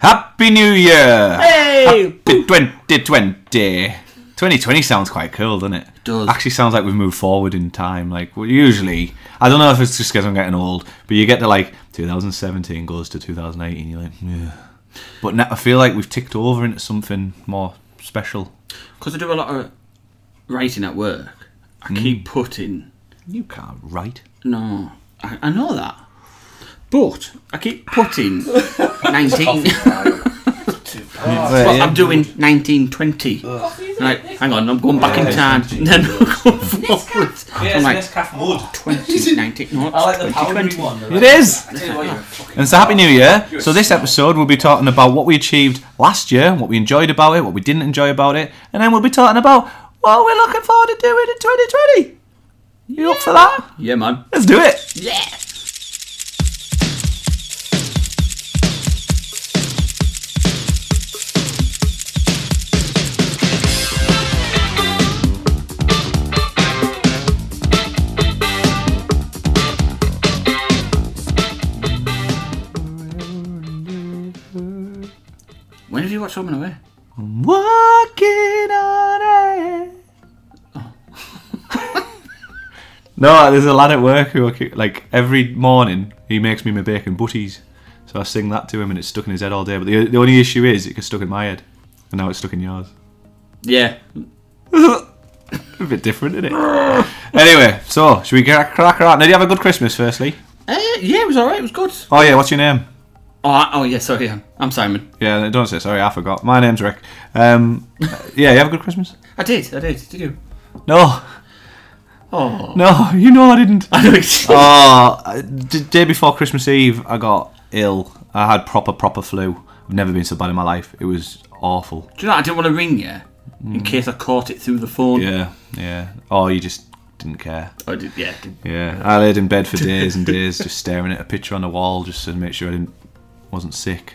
Happy New Year! Hey! Happy 2020. 2020 sounds quite cool, doesn't it? It does. Actually, sounds like we've moved forward in time. Like, well, usually, I don't know if it's just because I'm getting old, but you get to like 2017 goes to 2018, you're like, yeah. But now I feel like we've ticked over into something more special. Because I do a lot of writing at work, I keep putting. You can't write. No, I, I know that. But I keep putting 19. Well, yeah. I'm doing 1920. Isn't Like, it? This- hang on, I'm going back in time. And then I'm going forwards. I'm like, wood. 2019. No, it's I like the powdery 2020. one. It is! I tell you what, you're a fucking- And so, Happy New Year! So, this episode we'll be talking about what we achieved last year, what we enjoyed about it, what we didn't enjoy about it, and then we'll be talking about what we're looking forward to doing in 2020. You up for that? Yeah, man. Let's do it! Yeah. When did you watch Home and Away? Walking on air. no, there's a lad at work who I keep- like every morning he makes me my bacon butties, so I sing that to him and it's stuck in his head all day. But the, the only issue is it gets stuck in my head, and now it's stuck in yours. Yeah. A bit different, isn't it? anyway, so should we get a cracker out? Now, did you have a good Christmas? Firstly, Uh, yeah, it was alright, it was good. oh yeah, what's your name? Oh, I- oh yeah, sorry, I'm, I'm Simon. Yeah, don't say sorry, I forgot. My name's Rick. Um, yeah, you have a good Christmas? I did, I did, did you? No, Oh. no, you know I didn't. I know it's- Oh, uh, d- day before Christmas Eve, I got ill. I had proper, proper flu. I've never been so bad in my life. It was awful. Do you know, I didn't want to ring you in case I caught it through the phone. Yeah, yeah. Oh, you just didn't care. I did, yeah. I did. Yeah, I laid in bed for days and days, just staring at a picture on the wall, just to make sure I didn't wasn't sick.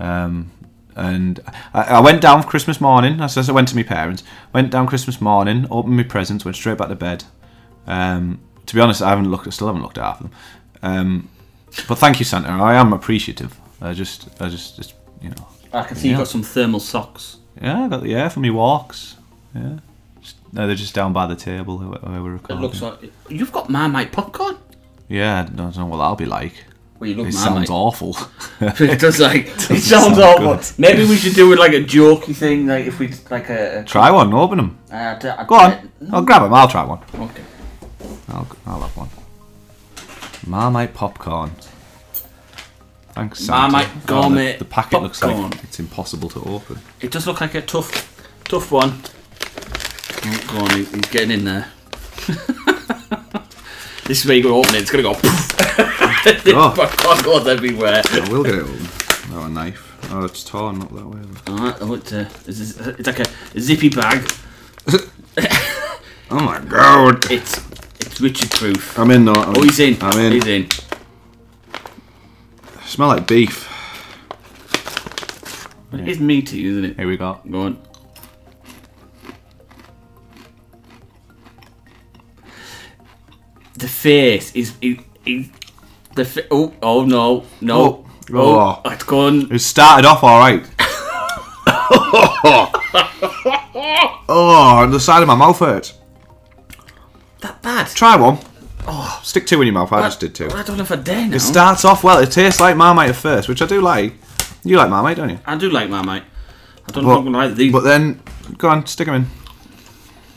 Um, and I, I went down for Christmas morning. I says I went to my parents. Went down Christmas morning, opened my presents, went straight back to bed. Um, to be honest, I haven't looked. Still haven't looked at half of them. Um, but thank you, Santa. I am appreciative. I just, I just, just you know, I can see Yeah. you've got some thermal socks. yeah, I got the air for me walks. Yeah, just, no, they're just down by the table where, where we're It recording. looks like you've got Marmite popcorn. yeah, I don't know what that'll be like. Well, you It look sounds Marmite. awful. it does like it sound sounds awful. good. Maybe we should do it like a jokey thing, like if we did, like a. try one, open them. a uh, d- a- Go on. I'll grab them. I'll try one. Okay. I'll, I'll have one. Marmite popcorn. Thanks, Santa. Marmite Oh, the- gourmet the, packet looks popcorn. like it's impossible to open. It does look like a tough, tough one. Oh, go on, he- he's getting in there. this is where you go open it. It's gonna go. Oh. popcorn goes everywhere. I will get it open. Oh, a knife. Oh, it's torn, not that way. Alright, oh, it's, a, it's, a, it's like a zippy bag. Oh my god. It's it's Richard proof. I'm in now. I'm Oh, he's in. I'm in. He's in. Smell like beef. It is meaty, isn't it? Here we go. Go on. The face is. It, it, the fa- oh, oh no, no. Oh, oh. it's gone. It started off alright. oh, the side of my mouth hurts. That bad. Try one. Oh, stick two in your mouth. I just did two. I don't know if I dare now. It starts off well. It tastes like Marmite at first, which I do like. You like Marmite, don't you? I do like Marmite. I don't know if I'm But, gonna like these. but then, go on, stick them in.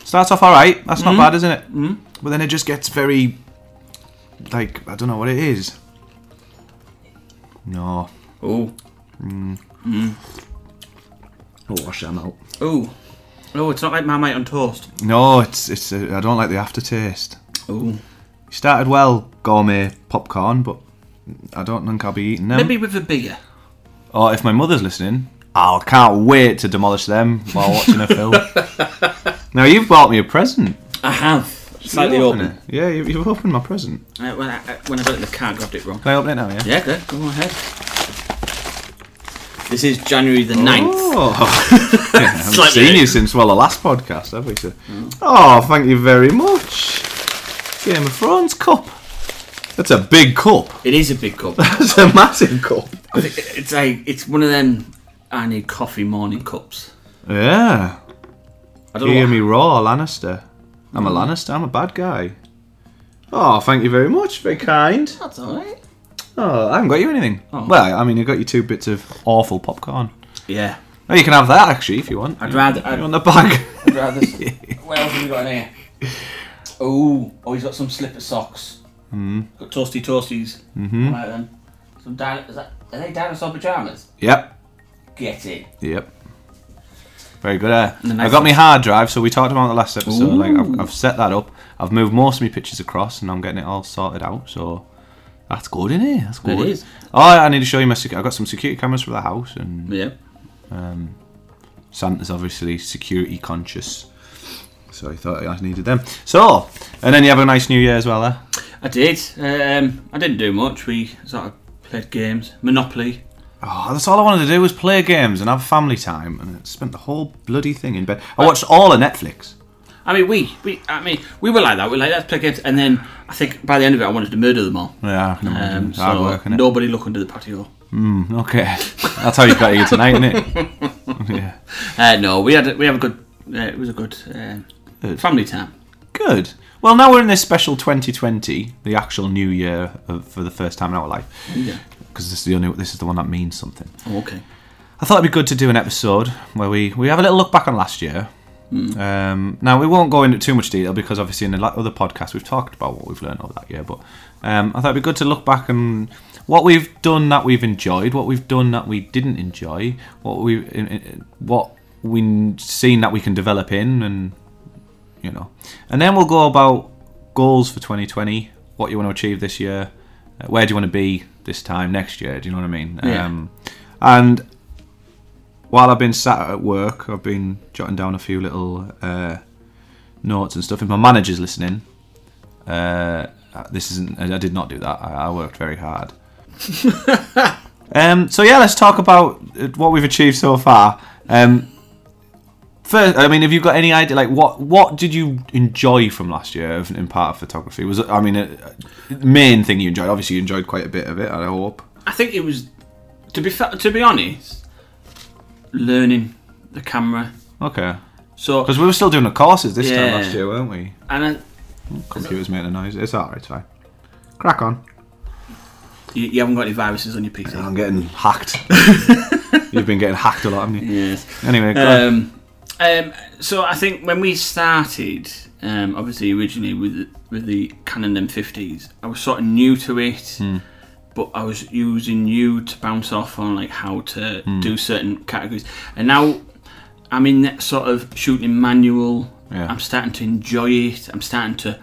Starts off all right. That's not bad, isn't it? Mm. But then it just gets very, like I don't know what it is. No. oh, I'll wash them out. oh, oh! It's not like Marmite on toast. No, it's it's. uh, I I don't like the aftertaste. Oh, You started well, gourmet popcorn, but I don't think I'll be eating them. maybe with a bigger. Or Oh, if my mother's listening, I can't wait to demolish them while watching a film. now you've bought me a present. I have slightly You've open. opened it. Yeah, you, you've opened my present. Uh, when I I- when I got it in the car, I grabbed it wrong. Can I open it now? Yeah. Yeah, go, go on ahead. This is January the 9th. Oh, Yeah, I haven't Slightly Mm. seen you open. since well the last podcast, have we? So, oh, thank you very much. Game of Thrones cup. That's a big cup. It is a big cup. That's a massive cup. I think it's like it's one of them. I need coffee morning cups. Yeah. I don't You hear know. Mm. me raw, Lannister. I'm a Lannister. I'm a bad guy. Oh, thank you very much. Very kind. That's alright. Oh, I haven't got you anything. Oh. Well, I mean, I got you two bits of awful popcorn. Yeah. Oh, you can have that actually if you want. I'd rather- I'd- You want the bag? I'd rather. what else have we got in here? Oh, oh, he's got some slipper socks. Hmm. Mm. Got toasty toasties. Mm-hmm. Right then. Some dino- is that, are they dinosaur pajamas? yep. Get in. Yep. Very good. Uh, the I nice got my hard drive, so we talked about it the last episode. Like I've, Ooh. I've set that up. I've moved most of my pictures across, and I'm getting it all sorted out. So that's good, in it? That's good. is. Oh, I need to show you my. Sec- I got some security cameras for the house, and Yeah. Santa's obviously security conscious, so I thought I needed them. So, and then you have a nice New Year as well, eh? I did. Um, I didn't do much. We sort of played games. Monopoly. Oh, that's all I wanted to do was play games and have family time, and I spent the whole bloody thing in bed. I watched all of Netflix. I mean, we, we, I mean, we were like that. We were like, let's play games. And then I think by the end of it, I wanted to murder them all. Yeah, I can imagine. Um, It's hard so work, innit? nobody look under the patio. Mm, okay, that's how you got here tonight, innit? yeah, Uh, no, we had a, we have a good. Uh, it was a good um, Good. family time. good. Well, now we're in this special 2020, the actual New Year of, for the first time in our life, Yeah. because this is the only this is the one that means something. Oh, okay. I thought it'd be good to do an episode where we, we have a little look back on last year. Um, now we won't go into too much detail because obviously in the la- other podcasts we've talked about what we've learned over that year. But um, I thought it'd be good to look back and what we've done that we've enjoyed, what we've done that we didn't enjoy, what we in, in, what we've seen that we can develop in, and you know, and then we'll go about goals for 2020, what you want to achieve this year, uh, where do you want to be this time next year? Do you know what I mean? Yeah. Um, and while I've been sat at work, I've been jotting down a few little uh, notes and stuff. If my manager's listening, uh, this isn't. I I did not do that. I, I worked very hard. um, so yeah, let's talk about uh, what we've achieved so far. Um, first, I mean, have you got any idea? Like, what what did you enjoy from last year of- in part of photography? Was it- I mean, uh, main thing you enjoyed? Obviously, you enjoyed quite a bit of it. I hope. I think it was, to be fa- to be honest, learning the camera. Okay. So Because we were still doing the courses this time Yeah. last year, weren't we? and I, Computer's making a noise. It's alright, it's fine. Crack on. you, you haven't got any viruses on your PC. I'm getting hacked. You've been getting hacked a lot, haven't you? Yes. Anyway, go on. Um, um, so I think when we started, um, obviously originally with with the Canon M50s, I was sort of new to it, Hmm. but I was using you to bounce off on like how to Hmm. do certain categories, and now I'm in that sort of shooting manual. Yeah. Mm-hmm. I'm starting to enjoy it. I'm starting to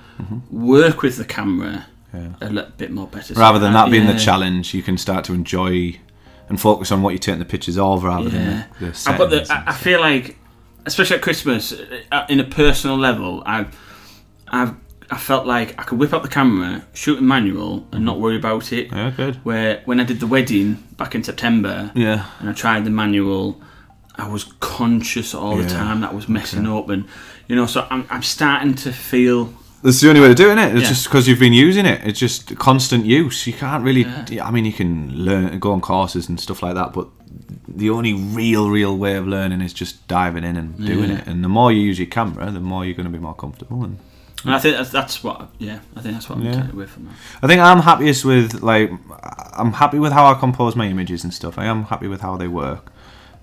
work with the camera Yeah. a little bit more better. So rather than I- that being the yeah. challenge, you can start to enjoy and focus on what you're taking the pictures of rather Yeah, than the, the I've got the. settings. I, I feel like, especially at Christmas, uh, in a personal level, I've, I've, I felt like I could whip out the camera, shoot a manual, and not worry about it. Mm-hmm. Yeah, good. Where when I did the wedding back in September, Yeah. and I tried the manual, I was conscious all Yeah, the time that I was messing up, and you know, so I'm, I'm starting to feel. That's the only way to do it, isn't it? It's Yeah. just because you've been using it. It's just constant use. You can't really. I mean, you can learn, go on courses and stuff like that, but the only real, real way of learning is just diving in and doing Yeah. it. And the more you use your camera, the more you're going to be more comfortable. And And I think that's, that's what. Yeah, I think that's what I'm Mm. Yeah. taking away from that. I think I'm happiest with like I'm happy with how I compose my images and stuff. I am happy with how they work.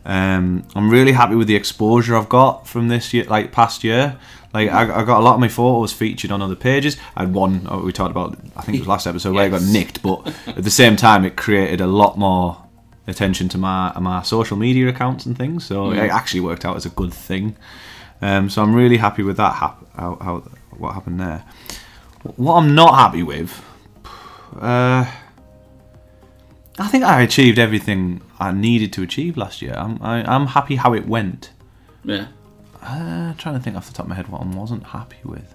Um, I'm really happy with the exposure I've got from this year, like past year. Like I, I got a lot of my photos featured on other pages. I had one oh, we talked about. I think it was last episode where I got Yes. nicked, but at the same time, it created a lot more attention to my my social media accounts and things. So it actually worked out as a good thing. Um, so I'm really happy with that. Hap- how, how what happened there? What I'm not happy with, uh, I think I achieved everything I needed to achieve last year. I'm, I, I'm happy how it went. Yeah. Uh, trying to think off the top of my head what I wasn't happy with.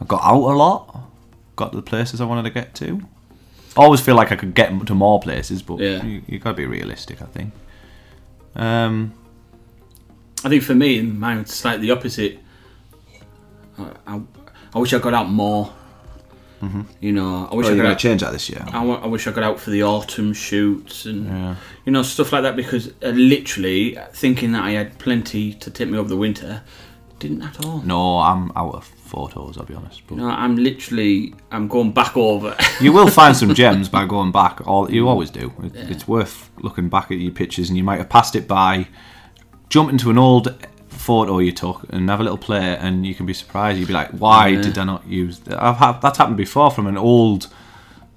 I got out a lot, got to the places I wanted to get to. I always feel like I could get to more places, but Yeah. you, you got to be realistic, I think. Um, I think for me, mine was slightly opposite. I, I, I wish I got out more. Mm-hmm. You know, I wish Are I you could. going to Out, change that this year? I, wa- I wish I got out for the autumn shoots and Yeah. you know stuff like that because uh, literally thinking that I had plenty to take me over the winter, didn't at all. No, I'm out of photos. I'll be honest. But No, I'm literally I'm going back over. you will find some gems by going back. All you always do. It, It's worth looking back at your pictures, and you might have passed it by. Jump into an old photo you took and have a little play, and you can be surprised. You'd be like, "Why did I not use?" That? I've had, that's happened before from an old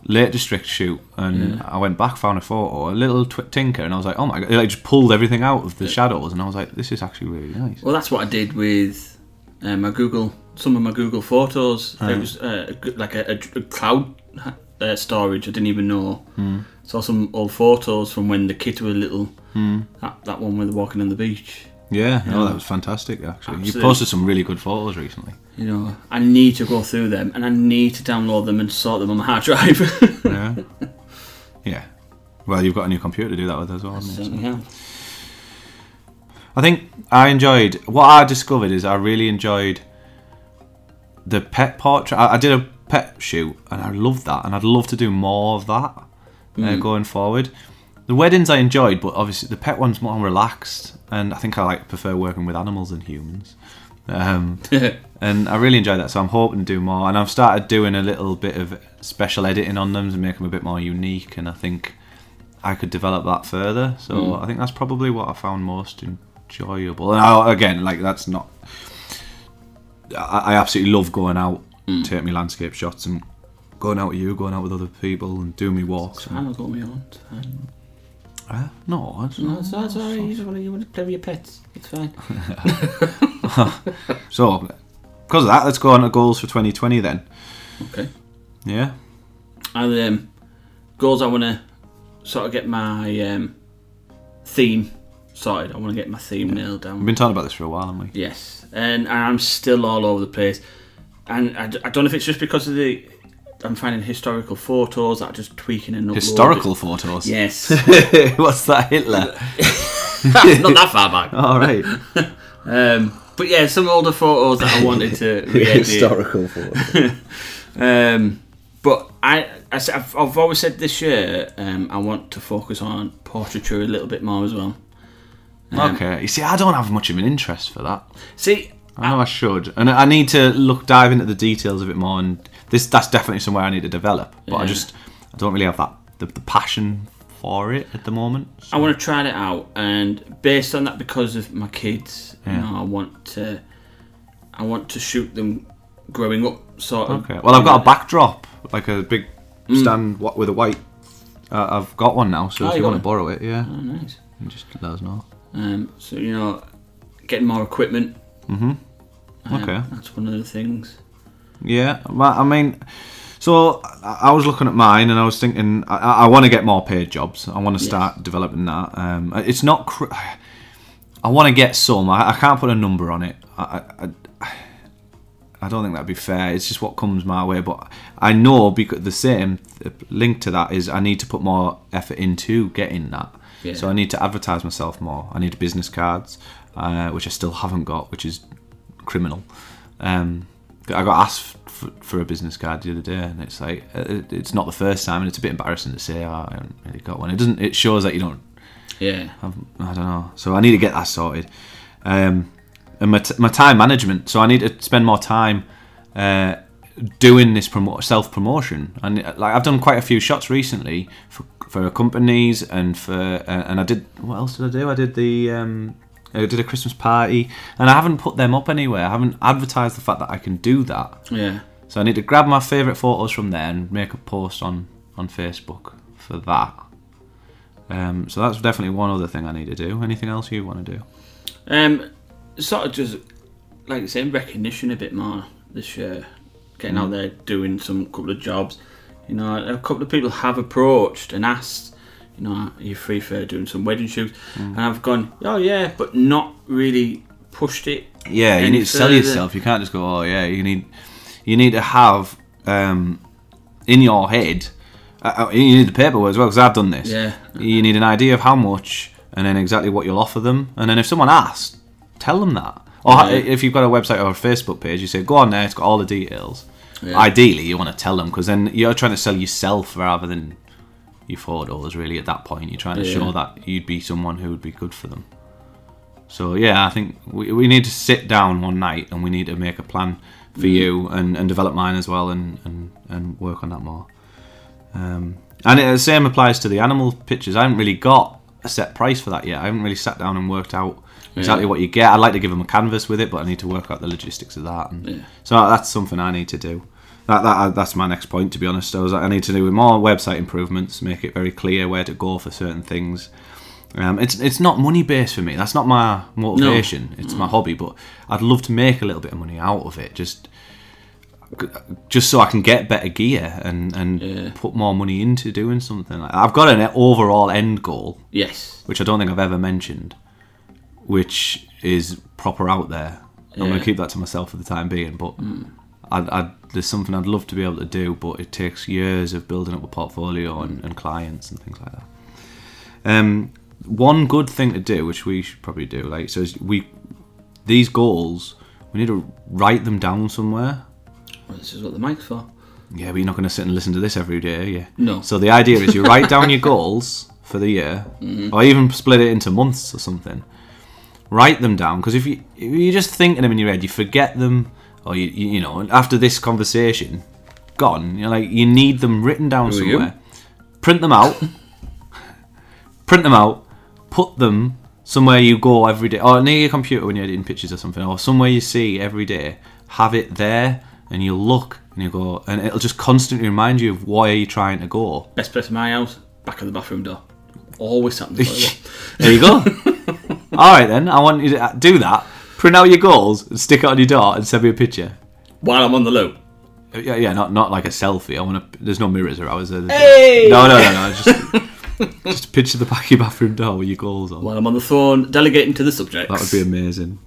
Lake District shoot, and I went back, found a photo, a little twi- tinker, and I was like, "Oh my god!" It like just pulled everything out of the shadows, and I was like, "This is actually really nice." well, that's what I did with uh, my Google some of my Google photos. It was uh, a g- like a, a- a cloud uh, storage. I didn't even know. Saw some old photos from when the kids were little. That, that one where they're walking on the beach. Yeah, no, that was fantastic. Actually, you Absolutely. posted some really good photos recently. You know, I need to go through them and I need to download them and sort them on my hard drive. Yeah. yeah. Well, you've got a new computer to do that with as well. Haven't you? Certainly have. I think I enjoyed what I discovered is I really enjoyed the pet portrait. I, I did a pet shoot and I loved that, and I'd love to do more of that uh, going forward. The weddings I enjoyed, but obviously the pet one's more relaxed, and I think I like prefer working with animals than humans. Um, and I really enjoy that. So I'm hoping to do more, and I've started doing a little bit of special editing on them to make them a bit more unique. And I think I could develop that further. So Hmm. I think that's probably what I found most enjoyable. And I, again, like that's not. I, I absolutely love going out, Hmm. taking my landscape shots, and going out with you, going out with other people, and doing me walks. Time has got me on. Time. Uh, no, it's No, it's all right. Oh, You just want to, you want to play with your pets. It's fine. So, because of that, let's go on to goals for 2020 then. Okay. Yeah. And um, goals I want to sort of get my um, theme sorted. I want to get my theme nailed We've down. been talking about this for a while, haven't we? Yes, and I'm still all over the place. And I, d- I don't know if it's just because of the I'm finding historical photos that are just tweaking and uploading. Historical photos. Yes, What's that, Hitler? not that far back. All right. Um, but yeah, some older photos that I wanted to re-edit. photos. Um, but I, I, have I've always said this year, um, I want to focus on portraiture a little bit more as well. okay. You see, I don't have much of an interest for that. See, I know I should, and I need to look dive into the details of it more. And this that's definitely somewhere I need to develop. But I Yeah. just I don't really have that the, the passion for it at the moment. I want to try it out, and based on that, because of my kids, you know, I want to, I want to shoot them growing up, sort of. Okay. Well, I've got a backdrop, like a big stand what with a white. Uh, I've got one now, so Mm. Oh, if you you got want to one? borrow it, yeah, Oh, nice. you just let us know. Um, so you know, getting more equipment. Mm-hmm. Okay. That's one of the things. Yeah, well, I mean, so I I was looking at mine and I was thinking I, I- I want to get more paid jobs. I want to start developing that. Um, it's not. Cr- I want to get some. I, I can't put a number on it. I, I, I- I don't think that'd be fair. It's just what comes my way. But I know because the same th- link to that is I need to put more effort into getting that. Yeah. So I need to advertise myself more. I need business cards, uh, which I still haven't got, which is criminal. Um, I got asked for, for a business card the other day, and it's like uh, it- it's not the first time, and it's a bit embarrassing to say oh, I haven't really got one. It doesn't. It shows that you don't Yeah. I've, I don't know. So I need to get that sorted. Um, and my, t- my time management. So I need to spend more time uh, doing this promo- self promotion. And uh, like I've done quite a few shots recently for, for companies and for uh, and I did what else did I do? I did the um, I did a Christmas party and I haven't put them up anywhere. I haven't advertised the fact that I can do that. Yeah. So I need to grab my favourite photos from there and make a post on on Facebook for that. Um, so that's definitely one other thing I need to do. Anything else you want to do? Um, sort of just like I said, recognition a bit more this year. Getting Mm. out there, doing some couple of jobs. You know, a couple of people have approached and asked, you know, are you free for doing some wedding shoots? Mm. And I've gone, oh yeah, but not really pushed it. Yeah, you Any need to sell further- yourself. You can't just go, oh yeah. You need you need to have um, in your head. Uh, uh, you need the paperwork as well because I've done this. Yeah. You need an idea of how much and then exactly what you'll offer them. And then if someone asks, tell them that. Or ha- Yeah. if you've got a website or a Facebook page, you say, go on there. It's got all the details. Yeah. Ideally, you want to tell them because then you're trying to sell yourself rather than your photos. Really, at that point, you're trying to Yeah. show that you'd be someone who would be good for them. So yeah, I think we, we need to sit down one night and we need to make a plan for you and, and develop mine as well and, and, and work on that more. Um, and it, the same applies to the animal pictures. I haven't really got a set price for that yet. I haven't really sat down and worked out exactly Yeah. what you get. I'd like to give them a canvas with it, but I need to work out the logistics of that. And Yeah. So that's something I need to do. That, that that's my next point. To be honest, I was like, I need to do with more website improvements, make it very clear where to go for certain things. Um, it's it's not money based for me. That's not my motivation. It's my hobby, but I'd love to make a little bit of money out of it. Just just so I can get better gear and and Yeah. put more money into doing something. Like that. I've got an overall end goal, Yes. which I don't think I've ever mentioned, which is proper out there. I'm going Yeah. Hmm. to keep that to myself for the time being, but I'd, I'd, there's something I'd love to be able to do, but it takes years of building up a portfolio and, and clients and things like that. Um, one good thing to do, which we should probably do, like so, is we these goals we need to write them down somewhere. Well, this is what the mic's for. Yeah, but you're not going to sit and listen to this every day, are you? No. So the idea is you write down your goals for the year, Mm-hmm. or even split it into months or something. Write them down because if you if you're just thinking them in your head, you forget them, or you you, you know and after this conversation, gone. You're like you need them written down Who are you? somewhere. Print them out. print them out. Put them somewhere you go every day, or near your computer when you're editing pictures or something, or somewhere you see every day. Have it there, and you look and you go, and it'll just constantly remind you of why you're trying to go. Best place in my house, back of the bathroom door. Always sat in the toilet. There you go. All right then, I want you to uh, do that. Print out your goals and stick it on your door and send me a picture. Uh, While I'm on the loo. Yeah, yeah, not not like a selfie. I want to. There's no mirrors around. Is there? Hey! No, no, no, no. Just, just picture the back of your bathroom door with your goals on. While I'm on the phone, delegating to the subjects. That would be amazing.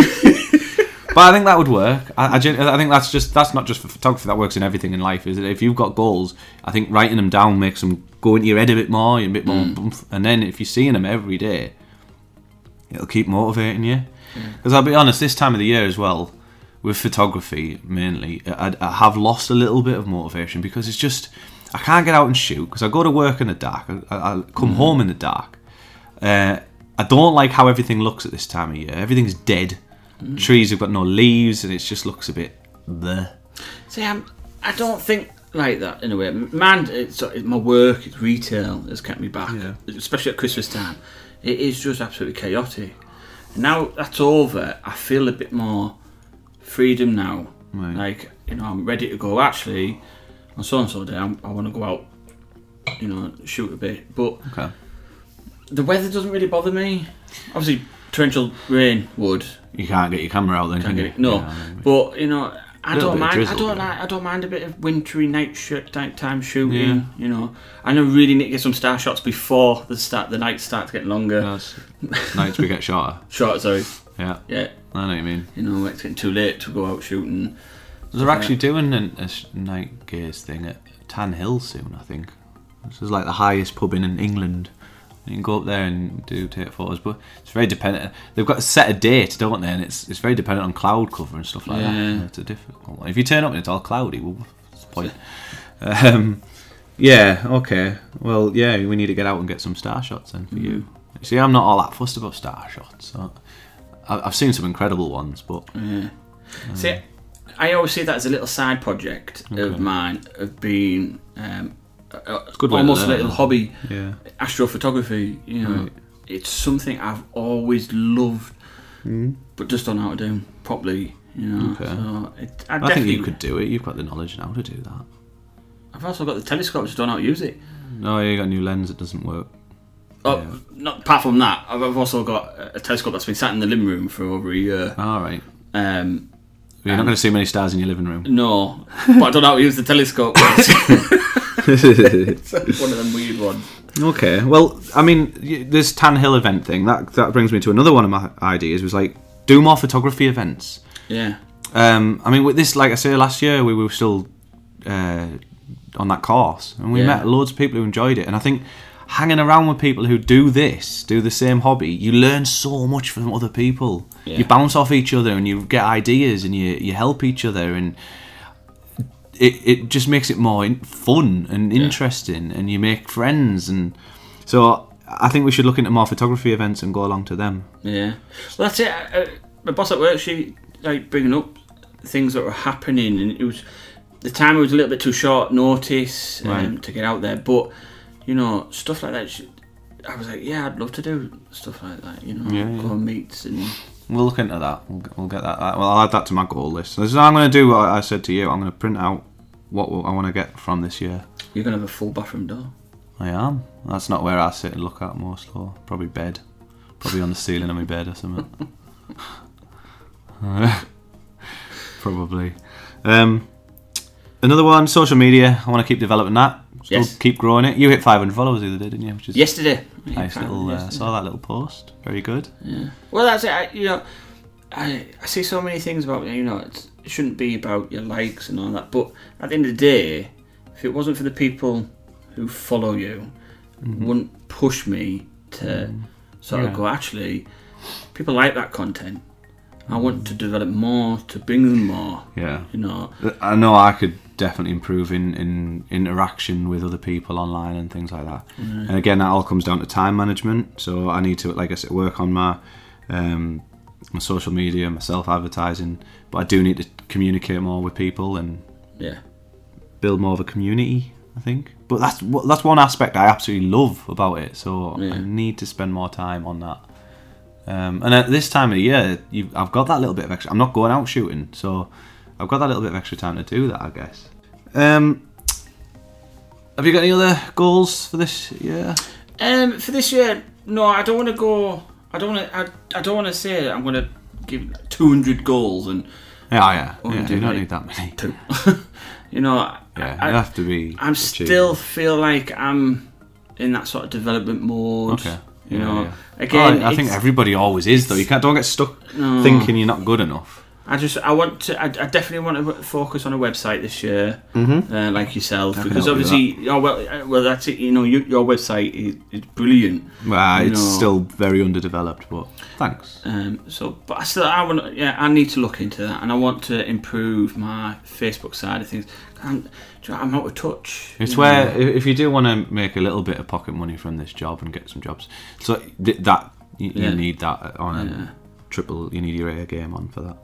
but I think that would work. I, I, gen- I think that's just that's not just for photography. That works in everything in life. Is that if you've got goals, I think writing them down makes them go into your head a bit more, a bit more. Bumf, and then if you're seeing them every day, it'll keep motivating you. Because I'll be honest, this time of the year as well, with photography mainly, I, I have lost a little bit of motivation because it's just I can't get out and shoot because I go to work in the dark. I, I I come home in the dark. Uh, I don't like how everything looks at this time of year. Everything's dead. Mm. Trees have got no leaves, and it just looks a bit bleh. See, I'm, I don't think like that in a way. Man, it's, it's my work, it's retail has kept me back, Yeah. especially at Christmas time. It is just absolutely chaotic. Now that's over, I feel a bit more freedom now. Right. Like, you know, I'm ready to go. Actually, on so and so day, I'm, I want to go out, you know, shoot a bit. But Okay. the weather doesn't really bother me. Obviously, torrential rain would. You can't get your camera out then. can Can't get you? it. No, Yeah, I know. but you know, I Little don't bit of mind. drizzle, I don't yeah. like. I don't mind a bit of wintry night shirt night time shooting. Yeah. You know, I know really need to get some star shots before the start. The night starts getting longer. That's- nights we get shorter. Short, sorry. Yeah, Yeah, I know what you mean. you know, it's getting too late to go out shooting. They're actually doing an, a s- night gaze thing at Tan Hill soon, I think. This is like the highest pub in, in England. You can go up there and do take photos, but it's very dependent. They've got to set a date, don't they? And it's it's very dependent on cloud cover and stuff like that. Yeah. It's a difficult one. If you turn up and it's all cloudy, well, what's the point? Um, yeah, okay. Well, yeah, we need to get out and get some star shots then for you. See, I'm not all that fussed about star shots. So I- I've seen some incredible ones, but See, I always see that as a little side project of mine of being um, a- a- good way to almost a learn, little isn't it? hobby. yeah. astrophotography, you know, it's something I've always loved, but just don't know how to do properly. You know, Hmm. Okay. so it, I, I think definitely you could do it. You've got the knowledge now to do that. I've also got the telescope, just don't know how to use it. No, you got a new lens that doesn't work. Oh, Yeah. not apart from that, I've, I've also got a- a telescope that's been sat in the living room for over a year. All right. Um, You're not going to see many stars in your living room. no, but I don't know how to use the telescope. it's one of them weird ones. okay. Well, I mean, y- this Tan Hill event thing that that brings me to another one of my ideas was like do more photography events. Yeah, Um, I mean, with this, like I say, last year we were still uh, on that course, and we Yeah. met loads of people who enjoyed it. And I think hanging around with people who do this, do the same hobby, you learn so much from other people. Yeah. You bounce off each other, and you get ideas, and you you help each other, and it, it just makes it more in- fun and interesting, and you make friends. And so I think we should look into more photography events and go along to them. Yeah. Well, that's it. Uh, my boss at work, she like bringing up things that were happening, and it was the time was a little bit too short notice um, Right. to get out there. But you know, stuff like that. She, I was like, yeah, I'd love to do stuff like that. You know, Yeah, yeah. go on meets and We'll look into that. We'll, we'll get that. Uh, Well, I'll add that to my goal list. So I'm going to do what I said to you. I'm going to print out what I want to get from this year. you're gonna have a full bathroom door. I am. That's not where I sit and look at most though. Probably bed. Probably on the ceiling of my bed or something. Probably. Um, another one, social media. I want to keep developing that. Still Yes. Keep growing it. You hit 500 followers the other day, didn't you? Which is Yesterday. nice little. Uh, saw that little post. Very good. Yeah. Well, that's it. I, you know, I, I see so many things about you know it's, it shouldn't be about your likes and all that, but at the end of the day, if it wasn't for the people who follow you, wouldn't push me to sort Yeah. of go. Actually, people like that content. I want to develop more to bring them more. Yeah. You know. I know I could definitely improve in, in interaction with other people online and things like that. And again, that all comes down to time management. So I need to, like I said, work on my um, my social media, my self advertising. But I do need to communicate more with people and Yeah. build more of a community. I think. But that's wha- that's one aspect I absolutely love about it. So I Yeah. need to spend more time on that. Um, and at this time of the year, you, I've got that little bit of extra. I'm not going out shooting, so I've got that little bit of extra time to do that. I guess. Um, have you got any other goals for this year? Um, for this year, no, I don't want to go. I don't want to. I, I don't want to say that I'm going to give 200 goals and Yeah, yeah, Oh, yeah. do You don't they? need that many. two. you know, I- Yeah, I, you have to be. I'm still achievable. feel like I'm in that sort of development mode. Okay. You Yeah, know, yeah. again, Oh, I think it's- everybody always is though. You can't don't get stuck No. thinking you're not good enough. I just I want to I, I definitely want to focus on a website this year, mm-hmm. uh, like yourself, can because help with obviously, oh well, uh, well that's it. You know, you, your website is, is brilliant. Well, Uh, it's No. still very underdeveloped, but thanks. Um, so, but I still I want to, yeah I need to look into that, and I want to improve my Facebook side of things. I'm, do you know, I'm out of touch. It's you know. where i- if you do want to make a little bit of pocket money from this job and get some jobs, so th- that you, Yeah. you need that on a Yeah. triple. You need your A game on for that,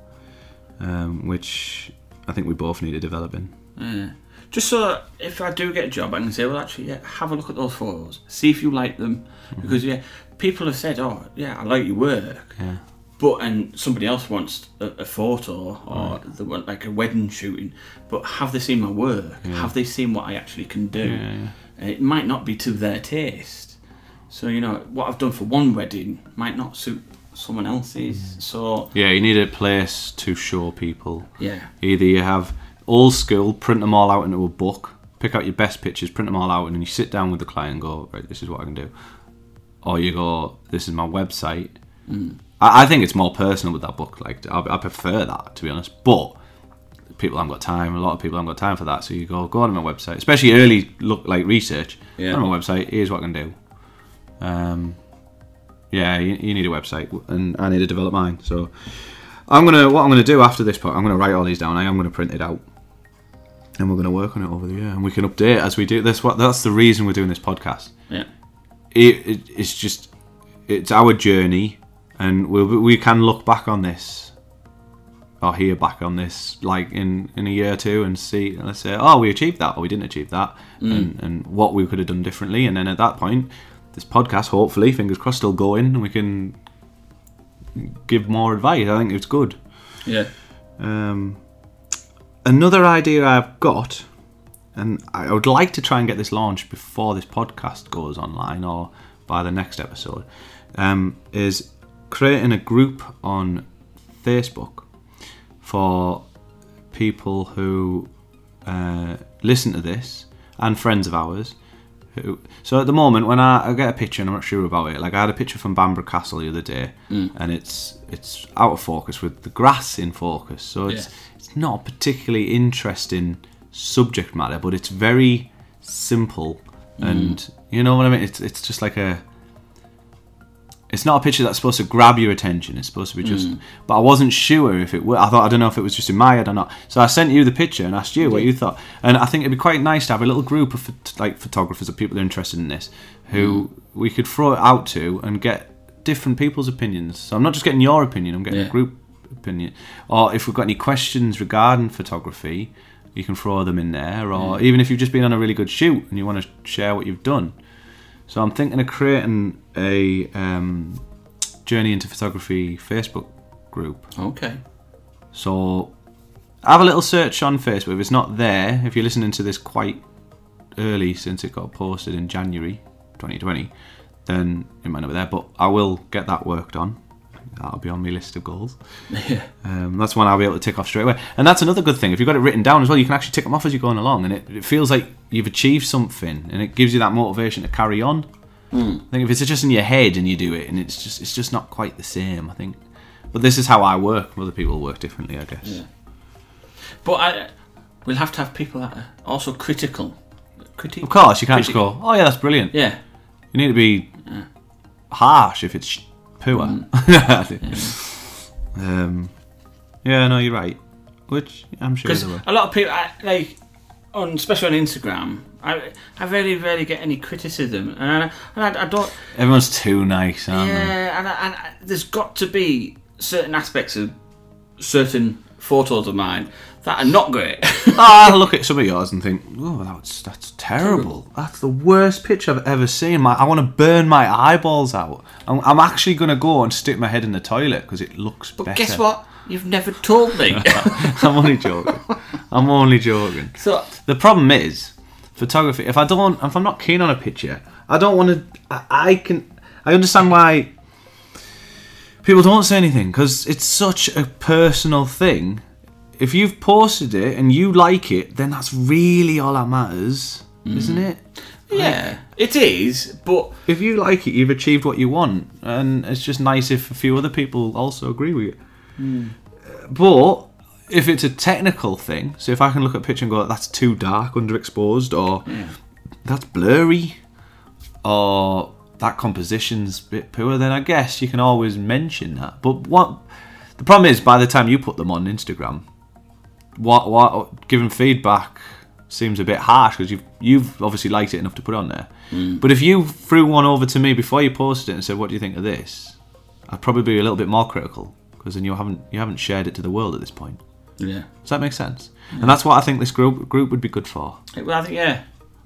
um, which I think we both need to develop in. Yeah. Just so that if I do get a job, I can say, well, actually, yeah, have a look at those photos, see if you like them, because yeah, people have said, oh, yeah, I like your work, Yeah. but and somebody else wants a, a photo or they want like a wedding shooting, but have they seen my work? Have they seen what I actually can do? Yeah, And It might not be to their taste, so you know what I've done for one wedding might not suit someone else's. So yeah, you need a place to show people. yeah, Either you have old school, print them all out into a book, pick out your best pictures, print them all out, and then you sit down with the client and go, right, this is what I can do. Or you go, this is my website. I, I think it's more personal with that book. Like I, I prefer that to be honest, but people haven't got time. A lot of people haven't got time for that. So you go, go on my website, especially early look like research. Yeah. Go on my website. Here's what I can do. Um, yeah, you, you need a website, and I need to develop mine. So I'm gonna what I'm gonna do after this part. I'm gonna write all these down. I am gonna print it out. And we're going to work on it over the year, and we can update as we do. That's what. That's the reason we're doing this podcast yeah, it, it it's just it's our journey and we we can look back on this or hear back on this like in in a year or two and see and let's say oh we achieved that or we didn't achieve that and and what we could have done differently and then at that point this podcast hopefully fingers crossed still going and we can give more advice i think it's good yeah. um, another idea I've got, and I would like to try and get this launched before this podcast goes online or by the next episode, um, is creating a group on Facebook for people who uh, listen to this and friends of ours. Who, so at the moment, when I, I get a picture and I'm not sure about it, like I had a picture from Bamborough Castle the other day, and it's it's out of focus with the grass in focus, so it's it's not a particularly interesting subject matter, but it's very simple, and you know what I mean. It's it's just like a it's not a picture that's supposed to grab your attention. It's supposed to be just. But I wasn't sure if it were. I thought I don't know if it was just in my head or not. So I sent you the picture and asked you what you thought. And I think it'd be quite nice to have a little group of phot- like photographers or people that are interested in this who we could throw it out to and get different people's opinions. So I'm not just getting your opinion. I'm getting Yeah. a group opinion. Or if we've got any questions regarding photography, you can throw them in there. Or even if you've just been on a really good shoot and you want to share what you've done. So I'm thinking of creating a um, journey into photography Facebook group. Okay. So have a little search on Facebook. If it's not there, if you're listening to this quite early since it got posted in January 2020, then it might not be there. But I will get that worked on. That'll be on my list of goals. Yeah. Um, that's one I'll be able to tick off straight away. And that's another good thing. If you've got it written down as well, you can actually tick them off as you're going along, and it, it feels like you've achieved something, and it gives you that motivation to carry on. I think if it's just in your head and you do it, and it's just it's just not quite the same. I think, but this is how I work. Other people work differently, I guess. Yeah. But I, we'll have to have people that are also critical. Critique. Of course, you can't just Critical. go, "Oh yeah, that's brilliant." Yeah. You need to be harsh if it's sh- poor. Mm. um, yeah, no, you're right. Which I'm sure Because there were. a lot of people, I, like, on especially on Instagram, I I very rarely get any criticism, and I, and I, I don't. Everyone's too nice, aren't they? Yeah, and, I, and I, there's got to be certain aspects of certain photos of mine that are not great. Ah, I look at some of yours and think, oh, that's that's terrible. That's the worst picture I've ever seen. My, I want to burn my eyeballs out. I'm, I'm actually going to go and stick my head in the toilet because it looks but better. guess what? You've never told me. I'm only joking. I'm only joking. so The problem is photography. If I don't, if I'm not keen on a picture, I don't want to. I, I can. I understand why people don't say anything because it's such a personal thing. If you've posted it and you like it, then that's really all that matters, isn't it? yeah, it is, but If you like it, you've achieved what you want, and it's just nice if a few other people also agree with you. But if it's a technical thing, so if I can look at a picture and go, that's too dark, underexposed, or that's blurry, or that composition's a bit poor, then I guess you can always mention that. But what the problem is, by the time you put them on Instagram, what what giving feedback seems a bit harsh because you've you've obviously liked it enough to put on there. But if you threw one over to me before you posted it and said, "What do you think of this?" I'd probably be a little bit more critical because then you haven't you haven't shared it to the world at this point. yeah, Does that make sense? And that's what I think this group group would be good for. well, I think yeah,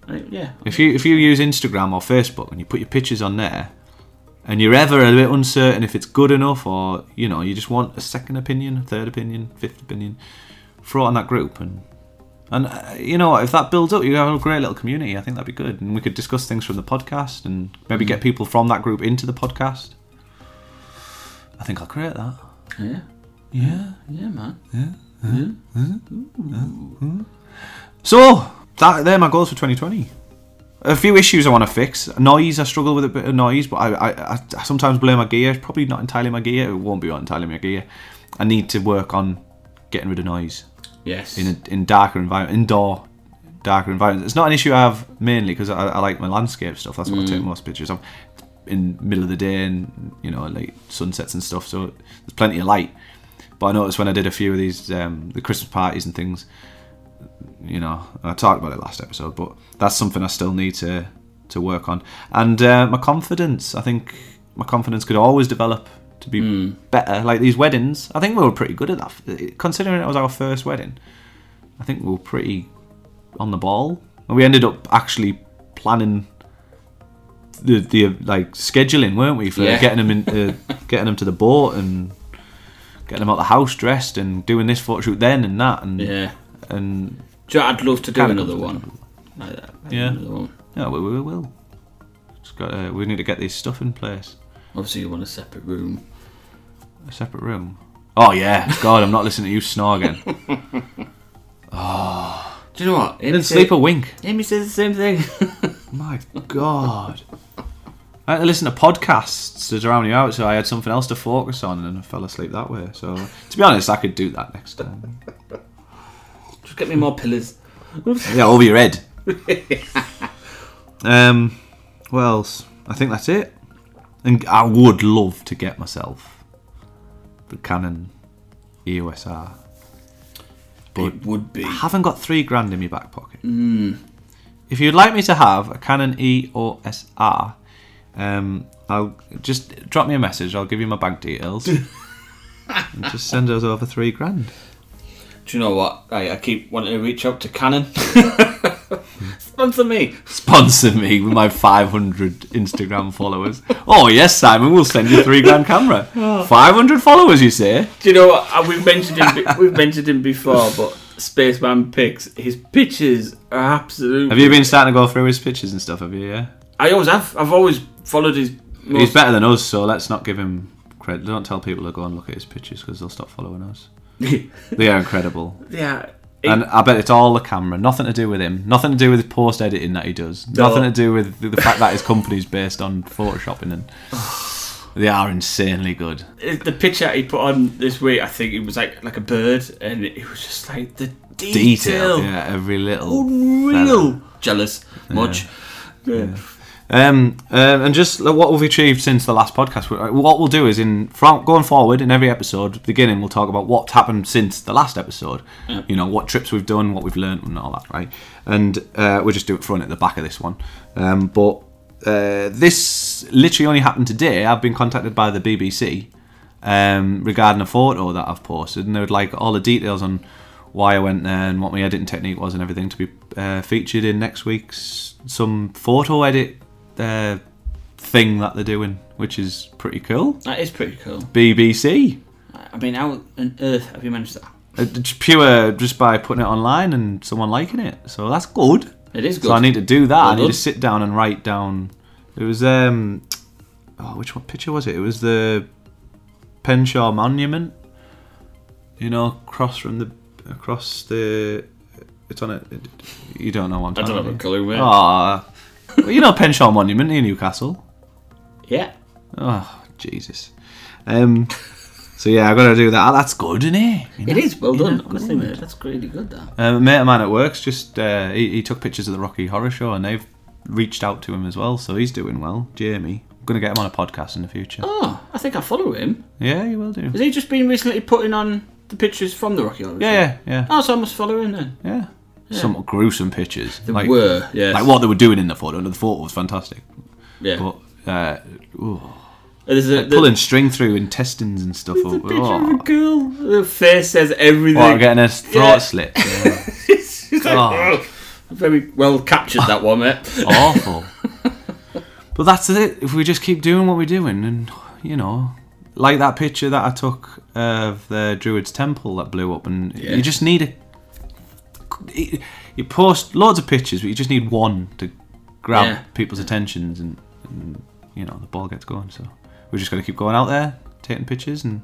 I think, yeah, If you if you use Instagram or Facebook and you put your pictures on there, and you're ever a bit uncertain if it's good enough or you know you just want a second opinion, a third opinion, fifth opinion, throw it on that group and and uh, you know what, if that builds up, you have a great little community. I think that'd be good, and we could discuss things from the podcast and maybe get people from that group into the podcast. I think I'll create that. yeah, Yeah. yeah, man. So that they're my goals for 2020. A few issues I want to fix. Noise, I struggle with a bit of noise, but I, I, I, I sometimes blame my gear. It's Probably not entirely my gear. It won't be entirely my gear. I need to work on getting rid of noise Yes. in a, in darker environment, indoor darker environments. It's not an issue I have mainly because I, I like my landscape stuff. That's what I take most pictures of in middle of the day and you know like sunsets and stuff. So there's plenty of light. But I noticed when I did a few of these um, the Christmas parties and things, you know, I talked about it last episode, but that's something I still need to to work on. And uh, my confidence, I think my confidence could always develop to be better. Like these weddings, I think we were pretty good at that. Considering it was our first wedding, I think we were pretty on the ball. And we ended up actually planning the the uh, like scheduling, weren't we, for Yeah. getting them in, uh, getting them to the boat and getting them out the house dressed and doing this photo shoot then and that and yeah. and Do you know, I'd love to do Kinda another confident. one. Like that. Yeah. Another one. Yeah, we, we will. Just got to, we need to get this stuff in place. Obviously, you want a separate room. A separate room. Oh yeah, God, I'm not listening to you snore again. Do you know what? Amy Didn't sleep a wink. Amy says the same thing. My God. I had to listen to podcasts to drown you out, so I had something else to focus on, and I fell asleep that way. So, to be honest, I could do that next time. Just get me more pillars. Yeah, over your head. um, what else? I think that's it. And I would love to get myself the Canon EOS R. But it would be. I haven't got three grand in my back pocket. If you'd like me to have a Canon EOS R, um, I'll just drop me a message. I'll give you my bank details. and just send us over three grand. Do you know what? I, I keep wanting to reach out to Canon. Sponsor me. Sponsor me with my 500 Instagram followers. Oh yes, Simon, we'll send you three grand camera. 500 followers, you say? Do you know what? Uh, We've mentioned him. be- We've mentioned him before, but Spaceman picks his pictures are absolute. Have you been starting to go through his pictures and stuff? Have you? Yeah. I always have. I've always followed his. He's Most, better than us, so let's not give him credit. Don't tell people to go and look at his pictures because they'll stop following us. They are incredible. yeah. And I bet it's all the camera. Nothing to do with him. Nothing to do with post editing that he does. Nothing to do with the- the fact that his company's based on photoshopping. And they are insanely good. It- the picture he put on this week, I think it was like like a bird, and it was just like the detail, Detail. Yeah, every little. unreal. Jealous, much. Yeah. Um, um, and just like, what we've achieved since the last podcast. We- What we'll do is in from, going forward in every episode, beginning we'll talk about what's happened since the last episode. You know what trips we've done, what we've learned, and all that, right? And uh, we'll just do it front at the back of this one. Um, but uh, this literally only happened today. I've been contacted by the BBC um, regarding a photo that I've posted, and they would like all the details on why I went there and what my editing technique was and everything to be uh, featured in next week's some photo edit uh, thing that they're doing, which is pretty cool. That is pretty cool. BBC, I mean, how on earth have you managed that? Uh, it's pure just by putting it online and someone liking it, so that's good. It is good. So I need to do that. I Well need done. to sit down and write down. It was um, oh, which one picture was it? It was the Penshaw Monument. You know, across from the across the. It's on a. it- you don't know what I'm I talking don't have a clue where. Ah, well, you know Penshaw Monument near Newcastle. Yeah. Oh Jesus. Um. So yeah, I got to do that. Ah, That's good, isn't it? It is well Yeah, done. good. Honestly, mate, that's really good. That Um, a mate of mine at work's just uh, he, he took pictures of the Rocky Horror Show, and they've reached out to him as well, so he's doing well. Jamie, I'm gonna get him on a podcast in the future. oh, I think I follow him. Yeah, he will do. Has he just been recently putting on the pictures from the Rocky Horror? Show? Yeah, yeah, yeah, Oh, so I must follow him then. yeah. Some gruesome pictures. They were, yes. Like what they were doing in the photo. and The photo was fantastic, Yeah. but uh, ooh, There's a, the, pulling string through intestines and stuff. the Oh, picture of a girl. Her face says everything. what, getting a throat Yeah. slit. Yeah. It's like, God. oh, very well captured that one, mate. awful. but that's it. If we just keep doing what we're doing, and you know, like that picture that I took of the Druid's Temple that blew up, and Yeah. you just need a. You post loads of pictures, but you just need one to grab Yeah. people's attentions, and, and you know the ball gets going. So we just got to keep going out there, taking pictures, and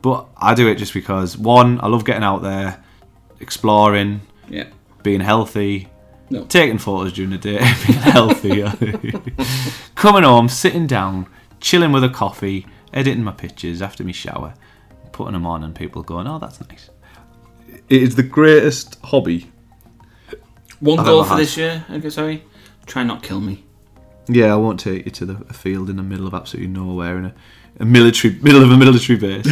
but I do it just because one, I love getting out there, exploring, yeah. being healthy, No. taking photos during the day, being healthy, coming home, sitting down, chilling with a coffee, editing my pictures after me shower, putting them on, and people going, "Oh, that's nice." It is the greatest hobby. One I've goal ever for had. this year. Okay, sorry. Try not kill me. Yeah, I won't take you to the, a field in the middle of absolutely nowhere in a, a military middle of a military base.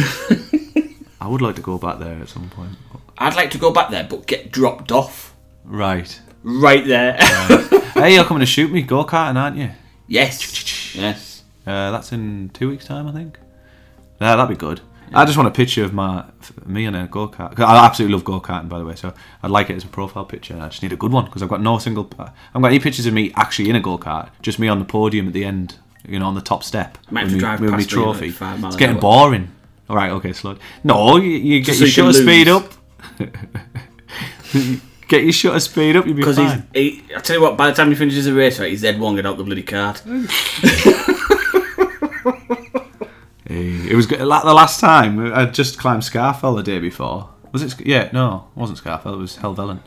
I would like to go back there at some point. I'd like to go back there, but get dropped off Right. right there. hey, you're coming to shoot me go karting, aren't you? yes. yes. Uh, that's in two weeks' time, I think. Yeah, that'd be good. I just want a picture of my f- me on a go kart. I absolutely love go karting, by the way. So I'd like it as a profile picture. I just need a good one because I've got no single. I've not got any pictures of me actually in a go kart. Just me on the podium at the end. You know, on the top step. Might have with to me- drive with me past me at, trophy. like, five mile it's an getting hour. boring. All right, okay, slow. No, you, you get Just so your you can shutter speed lose. up. get your shutter speed up. You'll be Because he's, fine. he, I tell you what, by the time he finishes the race, right, he's dead one get out the bloody cart. Hey, It was good. la- the last time I just climbed Scarfell the day before. Was it? Sc- Yeah, no, it wasn't Scarfell. It was Helvellyn.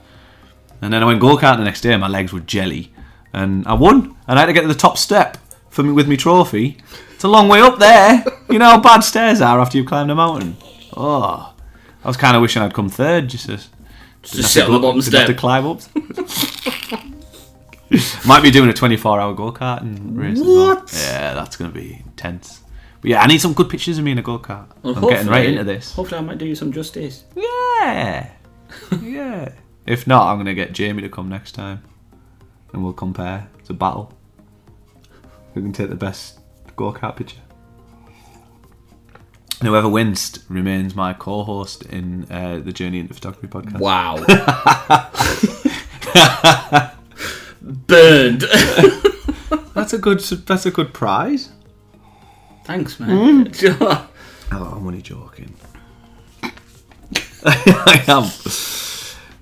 And then I went go kart the next day. and My legs were jelly, and I won. And I had to get to the top step for me with my trophy. It's a long way up there. You know how bad stairs are after you've climbed a mountain. Oh, I was kind of wishing I'd come third just to Just sit on the bottom didn't have step. to climb up. Might be doing a 24 hour go kart and race. as well. What? Yeah, that's going to be intense. But yeah, I need some good pictures of me in a go kart. Well, I'm getting right hopefully- into this. Hopefully, I might do you some justice. Yeah. yeah. If not, I'm going to get Jamie to come next time and we'll compare. It's a battle. Who can take the best go kart picture? And Whoever wins remains my co host in uh, the Journey into Photography podcast. Wow. Burned. That's a good. That's a good prize. Thanks, man. Oh, I'm only joking. I am.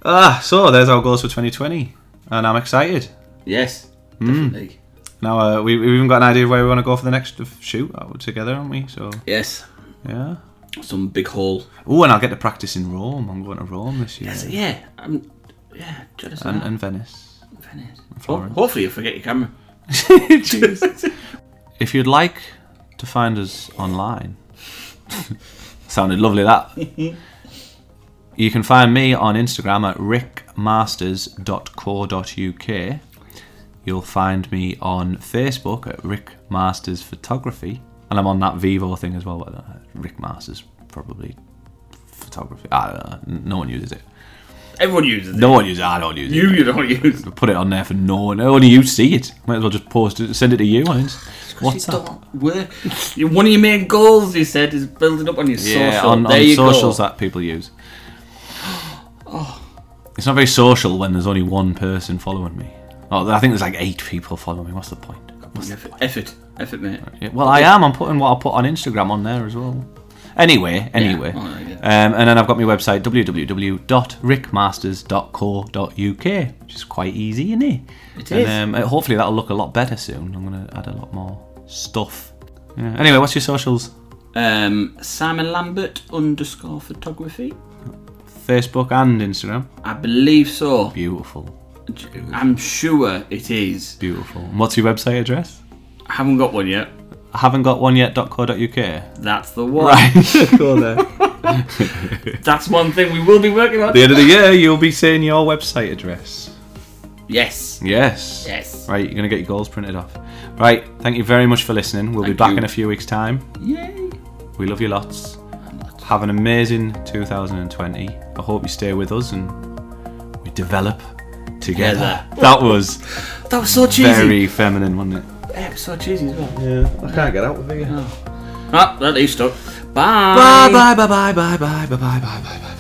Ah, so there's our goals for 2020, and I'm excited. yes, Mm. definitely. Now uh, we, we've even got an idea of where we want to go for the next f- shoot out together, haven't we? So Yes. yeah. Some big haul. Oh, and I'll get to practice in Rome. I'm going to Rome this year, So, yeah. I'm, yeah. Jealous of and, that. and Venice. Venice. Ho- Florence. hopefully, you forget your camera. If you'd like to find us online, sounded lovely that. you can find me on Instagram at rickmasters.co.uk. You'll find me on Facebook at Rick Masters Photography, and I'm on that Vivo thing as well. But uh, Rick Masters probably photography. I don't know. No one uses it. Everyone uses it. No one uses. it. I don't use it. You, you don't use it. Put it on there for no one. Only you see it. Might as well just post it, send it to you. I mean, What's that? Work. You- One of your main goals, you said, is building up on your Yeah, social. on, there on you socials go. that people use. Oh. It's not very social when there's only one person following me. Oh, I think there's like eight people following me. What's the point? What's the Effort, effort, effort, mate. yeah, well, I am. I'm putting what I put on Instagram on there as well. Anyway, anyway. all right, yeah. Um, and then I've got my website, www.rickmasters.co.uk, which is quite easy, isn't it? It is. And, um, hopefully that'll look a lot better soon. I'm going to add a lot more stuff. Yeah. Anyway, what's your socials? Um, Simon Lambert underscore photography. Facebook and Instagram. I believe so. Beautiful. I'm sure it is. Beautiful. And what's your website address? I haven't got one yet. I haven't got one yet. .co.uk. That's the one. Right. Go there. That's one thing we will be working on. the end of the year, you'll be seeing your website address. Yes. Yes. Yes. Right, you're going to get your goals printed off. Right, thank you very much for listening. We'll Thank be back you. in a few weeks' time. Yay. We love you lots. Have an amazing 2020. I hope you stay with us and we develop together. That was That was so cheesy. very feminine, wasn't it? Yeah, it was so cheesy as well. Yeah, I can't get out with you. Ah, that leaves stuck. Bye, bye, bye, bye, bye, bye, bye, bye, bye, bye.